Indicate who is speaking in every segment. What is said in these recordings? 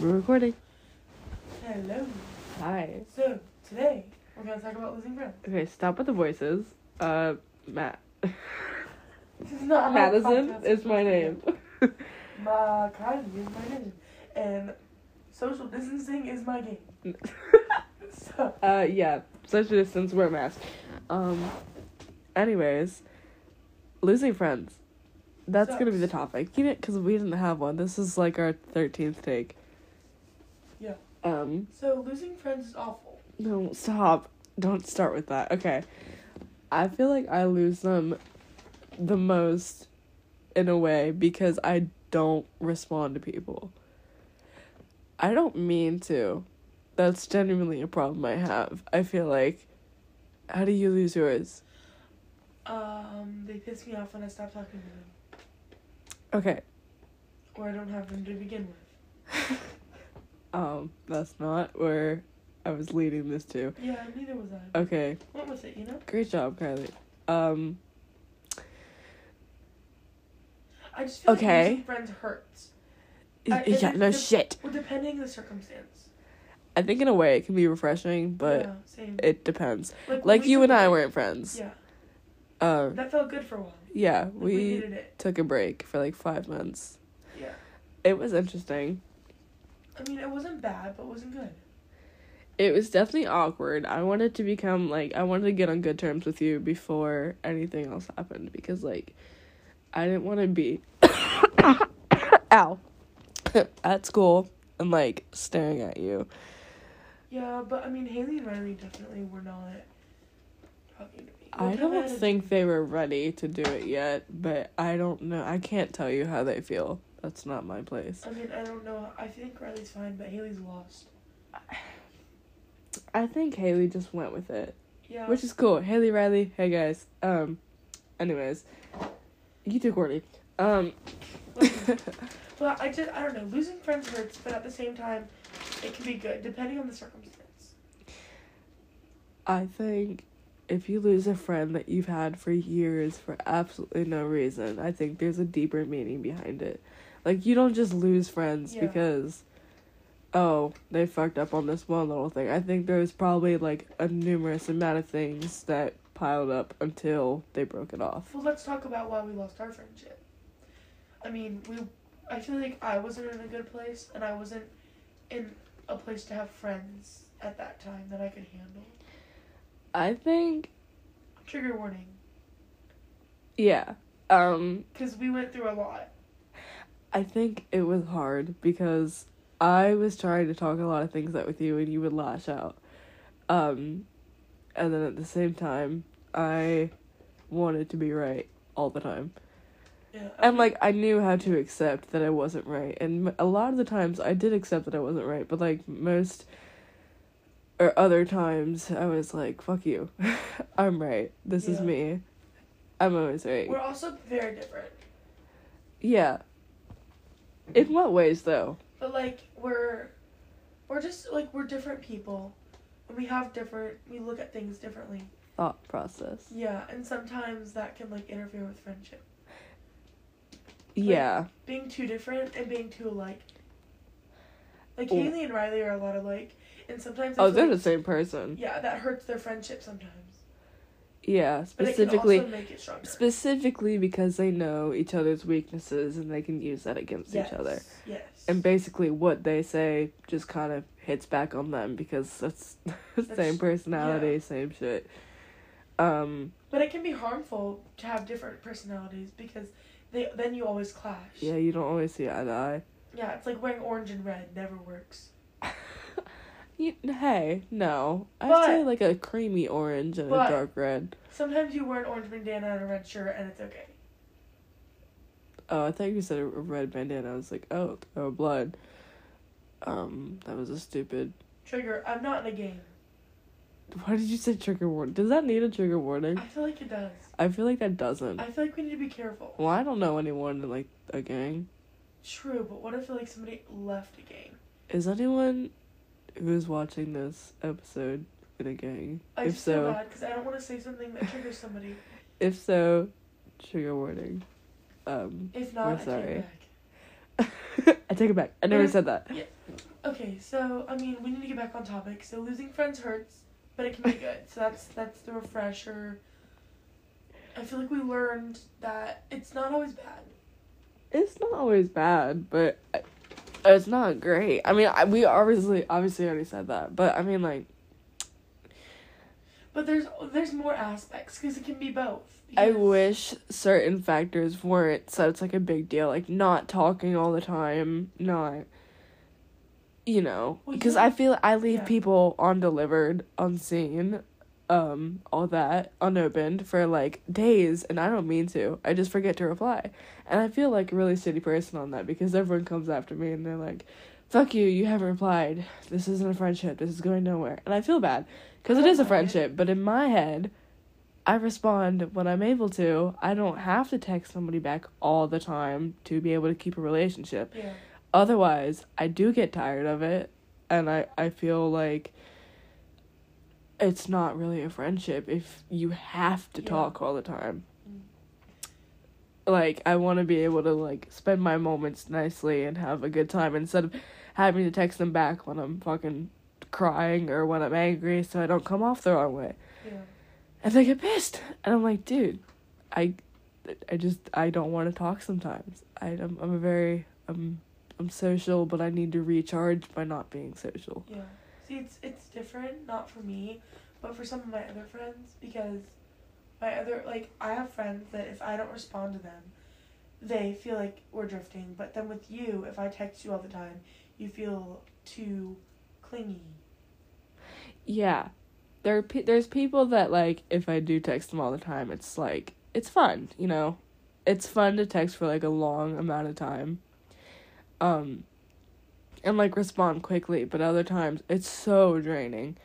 Speaker 1: We're recording.
Speaker 2: Hello.
Speaker 1: Hi.
Speaker 2: So today we're gonna talk about losing friends.
Speaker 1: Okay, stop with the voices. Uh, Matt.
Speaker 2: This is not how
Speaker 1: Madison
Speaker 2: podcasts are
Speaker 1: is my
Speaker 2: supposed to
Speaker 1: name.
Speaker 2: be. My kind is my name, and social distancing is my game. So
Speaker 1: uh, yeah. Social distance, wear a mask. Um, anyways, losing friends. That's gonna be the
Speaker 2: Sucks.
Speaker 1: topic. You didn't, cause we didn't have one. This is like our thirteenth take.
Speaker 2: Yeah.
Speaker 1: Um.
Speaker 2: so losing friends is awful.
Speaker 1: No, stop. Don't start with that. Okay. I feel like I lose them the most in a way because I don't respond to people. I don't mean to. That's genuinely a problem I have. I feel like how do you lose yours?
Speaker 2: Um, they piss me off when I stop talking to them,
Speaker 1: Okay.
Speaker 2: or I don't have them to begin with.
Speaker 1: Um that's not where I was leading this to.
Speaker 2: Yeah, neither was I.
Speaker 1: Okay.
Speaker 2: What was it? You know,
Speaker 1: Great job, Kylie. Um
Speaker 2: I just feel
Speaker 1: Okay.
Speaker 2: like losing friends hurts. I- it-
Speaker 1: yeah,
Speaker 2: it-
Speaker 1: no
Speaker 2: it-
Speaker 1: shit.
Speaker 2: Well, depending on the circumstance.
Speaker 1: I think in a way it can be refreshing, but
Speaker 2: yeah, same.
Speaker 1: it depends.
Speaker 2: like,
Speaker 1: Like
Speaker 2: we
Speaker 1: you
Speaker 2: took
Speaker 1: and
Speaker 2: a
Speaker 1: I
Speaker 2: break.
Speaker 1: weren't friends.
Speaker 2: Yeah,
Speaker 1: Yeah. Uh,
Speaker 2: that felt good for a while.
Speaker 1: yeah,
Speaker 2: Like, we
Speaker 1: we
Speaker 2: needed it.
Speaker 1: took a break for like five months.
Speaker 2: Yeah.
Speaker 1: It was interesting.
Speaker 2: I mean, it wasn't bad, but it wasn't good.
Speaker 1: It was definitely awkward. I wanted to become like I wanted to get on good terms with you before anything else happened because like I didn't want to be ow at school and like staring at you.
Speaker 2: Yeah, but I mean, Haley and Riley definitely were not talking to me.
Speaker 1: I don't think they were ready to do it yet, but I don't know. I can't tell you how they feel. That's not my place.
Speaker 2: I mean, I don't know. I think Riley's fine, but Haley's lost.
Speaker 1: I think Haley just went with it.
Speaker 2: Yeah.
Speaker 1: which is cool. Haley Riley, hey guys. Um, anyways, you too, Courtney. Um,
Speaker 2: but I just, I don't know. Losing friends hurts, but at the same time, it can be good depending on the circumstance.
Speaker 1: I think if you lose a friend that you've had for years for absolutely no reason, I think there's a deeper meaning behind it. Like you don't just lose friends
Speaker 2: Yeah.
Speaker 1: because oh they fucked up on this one little thing. I think there's probably like a numerous amount of things that piled up until they broke it off.
Speaker 2: Well, let's talk about why we lost our friendship. I mean, we. I feel like I wasn't in a good place, and I wasn't in a place to have friends at that time that I could handle.
Speaker 1: I think
Speaker 2: Trigger warning,
Speaker 1: yeah. Um
Speaker 2: because we went through a lot.
Speaker 1: I think it was hard because I was trying to talk a lot of things out with you and you would lash out. Um and then at the same time I wanted to be right all the time.
Speaker 2: Yeah.
Speaker 1: And like I knew how to accept that I wasn't right and m- a lot of the times I did accept that I wasn't right, but like most or other times I was like fuck you. I'm right. This is
Speaker 2: Yeah.
Speaker 1: me. I'm always right.
Speaker 2: We're also very different.
Speaker 1: yeah. In what ways though?
Speaker 2: But like we're we're just like we're different people. And we have different we look at things differently.
Speaker 1: Thought process.
Speaker 2: Yeah, and sometimes that can like interfere with friendship.
Speaker 1: Yeah.
Speaker 2: Being too different and being too alike. Like
Speaker 1: Oh.
Speaker 2: Haley and Riley are a lot alike and sometimes I
Speaker 1: Oh,
Speaker 2: feel
Speaker 1: they're
Speaker 2: like-
Speaker 1: the same person.
Speaker 2: Yeah, that hurts their friendship sometimes.
Speaker 1: Yeah,
Speaker 2: But specifically,
Speaker 1: specifically
Speaker 2: it can also make it stronger.
Speaker 1: specifically because they know each other's weaknesses and they can use that against
Speaker 2: yes.
Speaker 1: each other.
Speaker 2: Yes.
Speaker 1: And basically what they say just kind of hits back on them because that's, same
Speaker 2: That's-
Speaker 1: personality,
Speaker 2: yeah.
Speaker 1: same shit. Um
Speaker 2: but it can be harmful to have different personalities because they then you always clash.
Speaker 1: yeah, you don't always see eye to eye.
Speaker 2: Yeah, it's like wearing orange and red never works.
Speaker 1: You, hey, no. I
Speaker 2: But-
Speaker 1: say like a creamy orange and
Speaker 2: but-
Speaker 1: a dark red.
Speaker 2: Sometimes you wear an orange bandana and a red shirt and it's okay.
Speaker 1: Oh, I thought you said a a red bandana. I was like, oh, oh, blood. Um, that was a stupid
Speaker 2: Trigger, I'm not in a game.
Speaker 1: Why did you say trigger warning? Does that need a trigger warning?
Speaker 2: I feel like it does.
Speaker 1: I feel like that doesn't.
Speaker 2: I feel like we need to be careful.
Speaker 1: Well, I don't know anyone in like a gang.
Speaker 2: True, but what if like somebody left a game?
Speaker 1: Is anyone who's watching this episode in a gang?
Speaker 2: I
Speaker 1: if
Speaker 2: just feel
Speaker 1: so,
Speaker 2: bad because I don't want to say something that triggers somebody.
Speaker 1: if so, trigger warning. Um,
Speaker 2: If not,
Speaker 1: We're
Speaker 2: I take
Speaker 1: sorry.
Speaker 2: it back.
Speaker 1: I take it back. I never said that.
Speaker 2: Yeah. Okay, so I mean, we need to get back on topic. So losing friends hurts, but it can be good. So that's that's the refresher. I feel like we learned that it's not always bad.
Speaker 1: It's not always bad, but I- it's not great. I mean, I, we obviously obviously already said that, but I mean like
Speaker 2: But there's there's more aspects because it can be both.
Speaker 1: I
Speaker 2: because-
Speaker 1: wish certain factors weren't such like a big deal, like not talking all the time, not you know,
Speaker 2: Well,
Speaker 1: because
Speaker 2: yeah.
Speaker 1: I feel I leave
Speaker 2: Yeah.
Speaker 1: people undelivered, unseen, um, all that unopened for like days, and I don't mean to. I just forget to reply, and I feel like a really shitty person on that because everyone comes after me and they're like, "Fuck you, you haven't replied. This isn't a friendship. This is going nowhere," and I feel bad because
Speaker 2: I
Speaker 1: it
Speaker 2: don't
Speaker 1: is a
Speaker 2: mind it.
Speaker 1: friendship, but in my head. I respond when I'm able to. I don't have to text somebody back all the time to be able to keep a relationship.
Speaker 2: Yeah.
Speaker 1: Otherwise, I do get tired of it and I, I feel like it's not really a friendship if you have to
Speaker 2: Yeah.
Speaker 1: talk all the time.
Speaker 2: Mm.
Speaker 1: Like I want to be able to like spend my moments nicely and have a good time instead of having to text them back when I'm fucking crying or when I'm angry so I don't come off the wrong way
Speaker 2: Yeah.
Speaker 1: and they get pissed and i'm like dude i i just i don't want to talk sometimes i i'm, I'm a very i'm i'm social but i need to recharge by not being social
Speaker 2: Yeah. See, it's it's different, not for me, but for some of my other friends because my other like I have friends that if I don't respond to them, they feel like we're drifting. But then with you, if I text you all the time, you feel too clingy.
Speaker 1: yeah there are pe- there's people that like if i do text them all the time it's like it's fun you know it's fun to text for like a long amount of time um and like respond quickly but other times it's so draining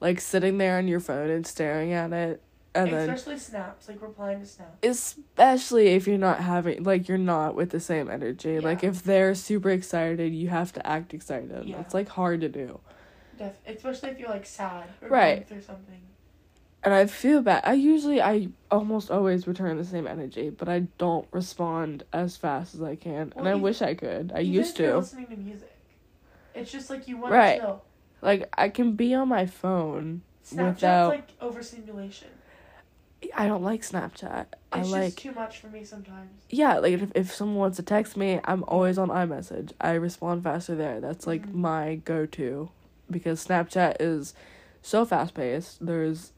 Speaker 1: like sitting there on your phone and staring at it and then
Speaker 2: Especially snaps, like replying to snaps.
Speaker 1: especially if you're not having like you're not with the same energy like
Speaker 2: Yeah.
Speaker 1: if they're super excited you have to act excited
Speaker 2: Yeah.
Speaker 1: it's like hard to do
Speaker 2: Def- especially if you're like sad or
Speaker 1: Right.
Speaker 2: going through something.
Speaker 1: and i feel bad i usually i almost always return the same energy but i don't respond as fast as i can
Speaker 2: Well,
Speaker 1: and i
Speaker 2: even-
Speaker 1: wish i could i
Speaker 2: Even
Speaker 1: used
Speaker 2: if you're
Speaker 1: to
Speaker 2: listening to music. It's just like you want
Speaker 1: Right.
Speaker 2: to chill.
Speaker 1: like i can be on my phone
Speaker 2: Snapchat's
Speaker 1: Without-
Speaker 2: like overstimulation.
Speaker 1: i don't like snapchat i
Speaker 2: It's
Speaker 1: like
Speaker 2: just too much for me sometimes.
Speaker 1: yeah, like if, if someone wants to text me, I'm always on iMessage. I respond faster there. That's like
Speaker 2: Mhm.
Speaker 1: my go to because Snapchat is so fast paced. There's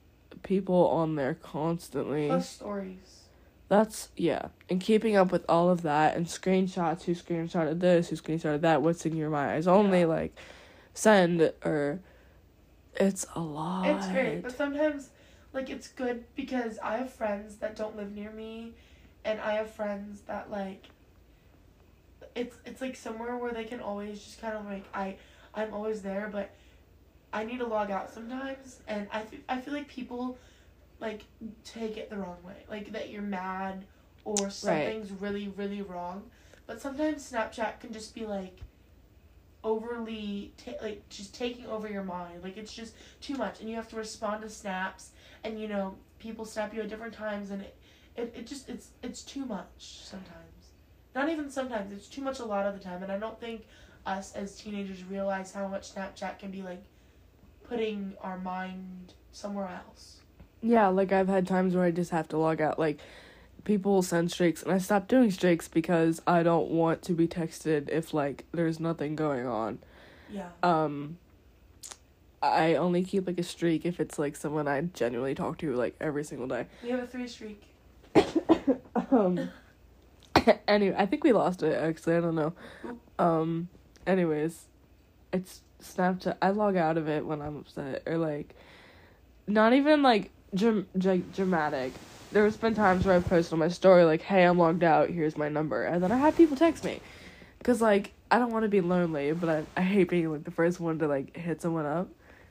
Speaker 1: people on there constantly.
Speaker 2: Plus stories.
Speaker 1: That's yeah. And keeping up with all of that and screenshots, who screenshotted this, who screenshotted that, what's in your my eyes only,
Speaker 2: Yeah.
Speaker 1: like send or it's a lot.
Speaker 2: It's great, but sometimes, like, it's good because I have friends that don't live near me, and I have friends that like. It's it's like somewhere where they can always just kind of like I I'm always there, but I need to log out sometimes, and I fe- I feel like people like take it the wrong way, like that you're mad or something's really really wrong, but sometimes Snapchat can just be like overly ta- like just taking over your mind, like it's just too much and you have to respond to snaps and you know people snap you at different times and it, it, it just it's it's too much sometimes not even sometimes it's too much a lot of the time and i don't think us as teenagers realize how much snapchat can be like putting our mind somewhere else
Speaker 1: Yeah, like I've had times where I just have to log out. Like people send streaks, and I stop doing streaks because I don't want to be texted if like there's nothing going on.
Speaker 2: yeah
Speaker 1: Um, I only keep like a streak if it's like someone I genuinely talk to like every single day.
Speaker 2: we have a three streak
Speaker 1: Um, anyway, I think we lost it actually. I don't know. Um, anyways, it's Snapchat. I log out of it when I'm upset or like, not even like dram- dra- dramatic. There's been times where I've posted on my story like, "Hey, I'm logged out. Here's my number," and then I have people text me, cause like I don't want to be lonely, but I I hate being like the first one to like hit someone up,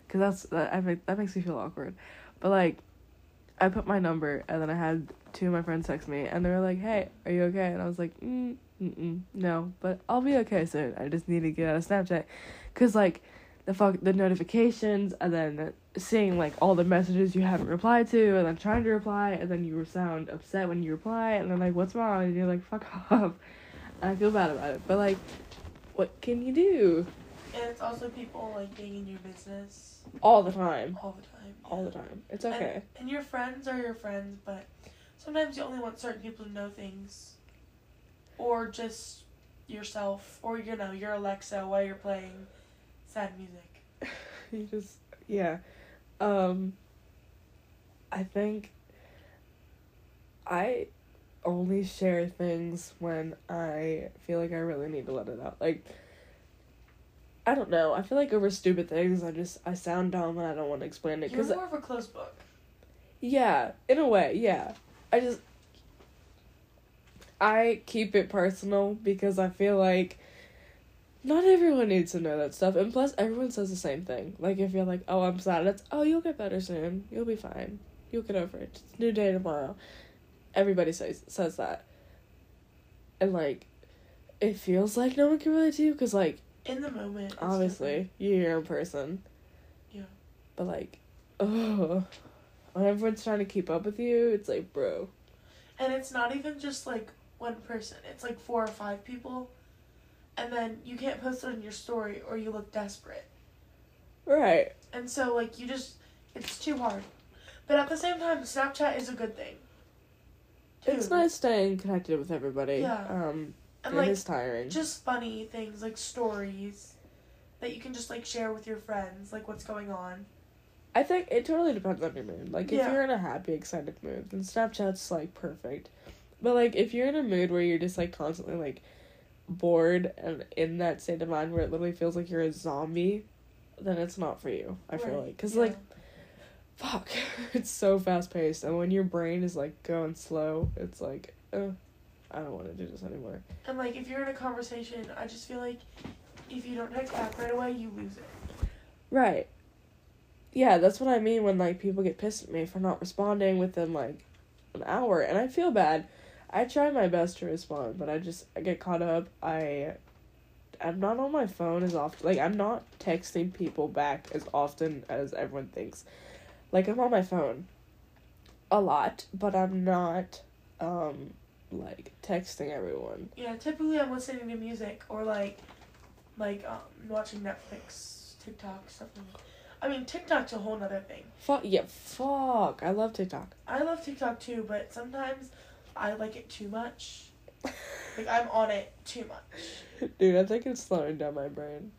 Speaker 1: cause that's that I make that makes me feel awkward, but like. I put my number and then I had two of my friends text me and they were like, "Hey, are you okay?" And I was like, mm, "Mm-mm, no, but I'll be okay soon. I just need to get out of Snapchat, cause like the fuck the notifications and then seeing like all the messages you haven't replied to and then trying to reply and then you sound upset when you reply and then like what's wrong and you're like fuck off, and I feel bad about it, but like, what can you do?
Speaker 2: And it's also people like being in your business
Speaker 1: all the time.
Speaker 2: all the time.
Speaker 1: Mm-hmm. All the time. It's okay.
Speaker 2: And, and your friends are your friends, but sometimes you only want certain people to know things. Or just yourself, or you know, your Alexa while you're playing sad music.
Speaker 1: you just yeah. Um I think I only share things when I feel like I really need to let it out. Like I don't know. I feel like over stupid things I just I sound dumb and I don't want to explain it
Speaker 2: You're
Speaker 1: cuz
Speaker 2: more of a closed book.
Speaker 1: yeah, in a way, yeah. I just I keep it personal because I feel like not everyone needs to know that stuff. And plus everyone says the same thing. Like if you're like, "Oh, I'm sad." It's, "Oh, you'll get better soon. You'll be fine. You'll get over it. It's a new day tomorrow." Everybody says says that. And like it feels like no one can relate to you cuz like
Speaker 2: In the moment. it's
Speaker 1: obviously you're your own person.
Speaker 2: Yeah.
Speaker 1: But like, oh, when everyone's trying to keep up with you, it's like, bro,
Speaker 2: And it's not even just like one person, it's like four or five people. And then you can't post it on your story or you look desperate.
Speaker 1: right?
Speaker 2: And so, like, you just, it's too hard. But at the same time, Snapchat is a good thing.
Speaker 1: It's
Speaker 2: Too.
Speaker 1: nice staying connected with everybody.
Speaker 2: Yeah.
Speaker 1: Um,
Speaker 2: And,
Speaker 1: it
Speaker 2: like,
Speaker 1: is tiring.
Speaker 2: just funny things like stories that you can just like share with your friends, like what's going on.
Speaker 1: I think it totally depends on your mood. Like, if
Speaker 2: Yeah.
Speaker 1: you're in a happy, excited mood, then Snapchat's like perfect. But like, if you're in a mood where you're just like constantly like bored and in that state of mind where it literally feels like you're a zombie, then it's not for you. I feel
Speaker 2: Right,
Speaker 1: like because
Speaker 2: yeah.
Speaker 1: like fuck it's so fast paced and when your brain is like going slow it's like uh, i don't want to do this anymore
Speaker 2: and like if you're in a conversation, I just feel like if you don't text back right away, you lose it.
Speaker 1: right yeah that's what i mean when like people get pissed at me for not responding within like an hour and i feel bad i try my best to respond but i just i get caught up i i'm not on my phone as often like i'm not texting people back as often as everyone thinks like i'm on my phone a lot but i'm not um like texting everyone
Speaker 2: Yeah, typically I'm listening to music or like like um watching Netflix, TikTok, stuff like that. I mean TikTok's a whole nother thing.
Speaker 1: Fuck yeah, fuck. I love TikTok.
Speaker 2: I love TikTok too, but sometimes I like it too much. Like I'm on it too much.
Speaker 1: Dude, I think it's slowing down my brain.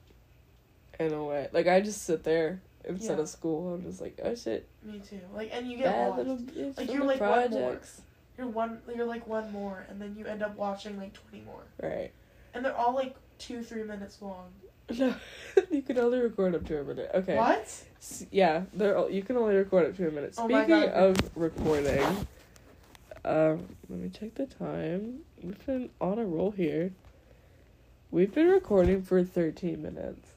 Speaker 1: In a way. Like I just sit there instead
Speaker 2: Yeah.
Speaker 1: of school. I'm just like, oh shit.
Speaker 2: Me too. Like and you get
Speaker 1: Bad
Speaker 2: lost.
Speaker 1: little bitch.
Speaker 2: Like
Speaker 1: from
Speaker 2: you're
Speaker 1: the
Speaker 2: like one more.
Speaker 1: projects.
Speaker 2: You're one. You're like one more, and then you end up watching like twenty more,
Speaker 1: Right.
Speaker 2: and they're all like two, three minutes long.
Speaker 1: No. you can only record up to a minute. Okay.
Speaker 2: What?
Speaker 1: S- yeah, they're all, you can only record up to a minute.
Speaker 2: Oh
Speaker 1: Speaking
Speaker 2: my God.
Speaker 1: of recording, um, let me check the time. We've been on a roll here. We've been recording for 13 minutes.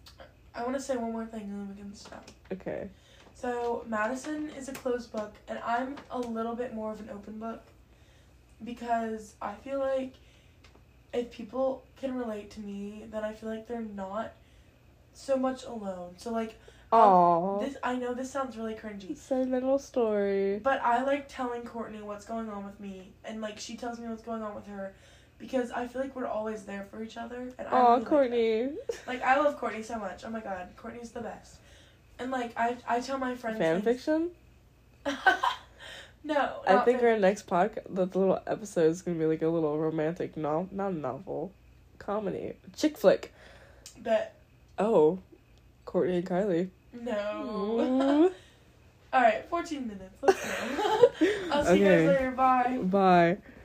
Speaker 2: I want to say one more thing, and then we can stop.
Speaker 1: Okay.
Speaker 2: So Madison is a closed book, and I'm a little bit more of an open book, because I feel like if people can relate to me, then I feel like they're not so much alone. So like
Speaker 1: Aww.
Speaker 2: this, I know this sounds really cringy,
Speaker 1: sentimental story.
Speaker 2: But I like telling Courtney what's going on with me, and like she tells me what's going on with her, because I feel like we're always there for each other. And I really
Speaker 1: Oh,
Speaker 2: like that.
Speaker 1: Courtney.
Speaker 2: Like, I love Courtney so much. Oh my god, Courtney's the best. And like I, I tell my friends.
Speaker 1: Fan
Speaker 2: things-
Speaker 1: fiction?
Speaker 2: no, not
Speaker 1: I think
Speaker 2: fan-
Speaker 1: our next podcast, the little episode is gonna be like a little romantic, no, not novel, comedy, chick flick.
Speaker 2: But
Speaker 1: Oh, Courtney and Kylie. Mm-hmm.
Speaker 2: no. All right, fourteen minutes. Let's go. I'll Oh. see you guys
Speaker 1: Okay.
Speaker 2: later. Bye.
Speaker 1: Bye.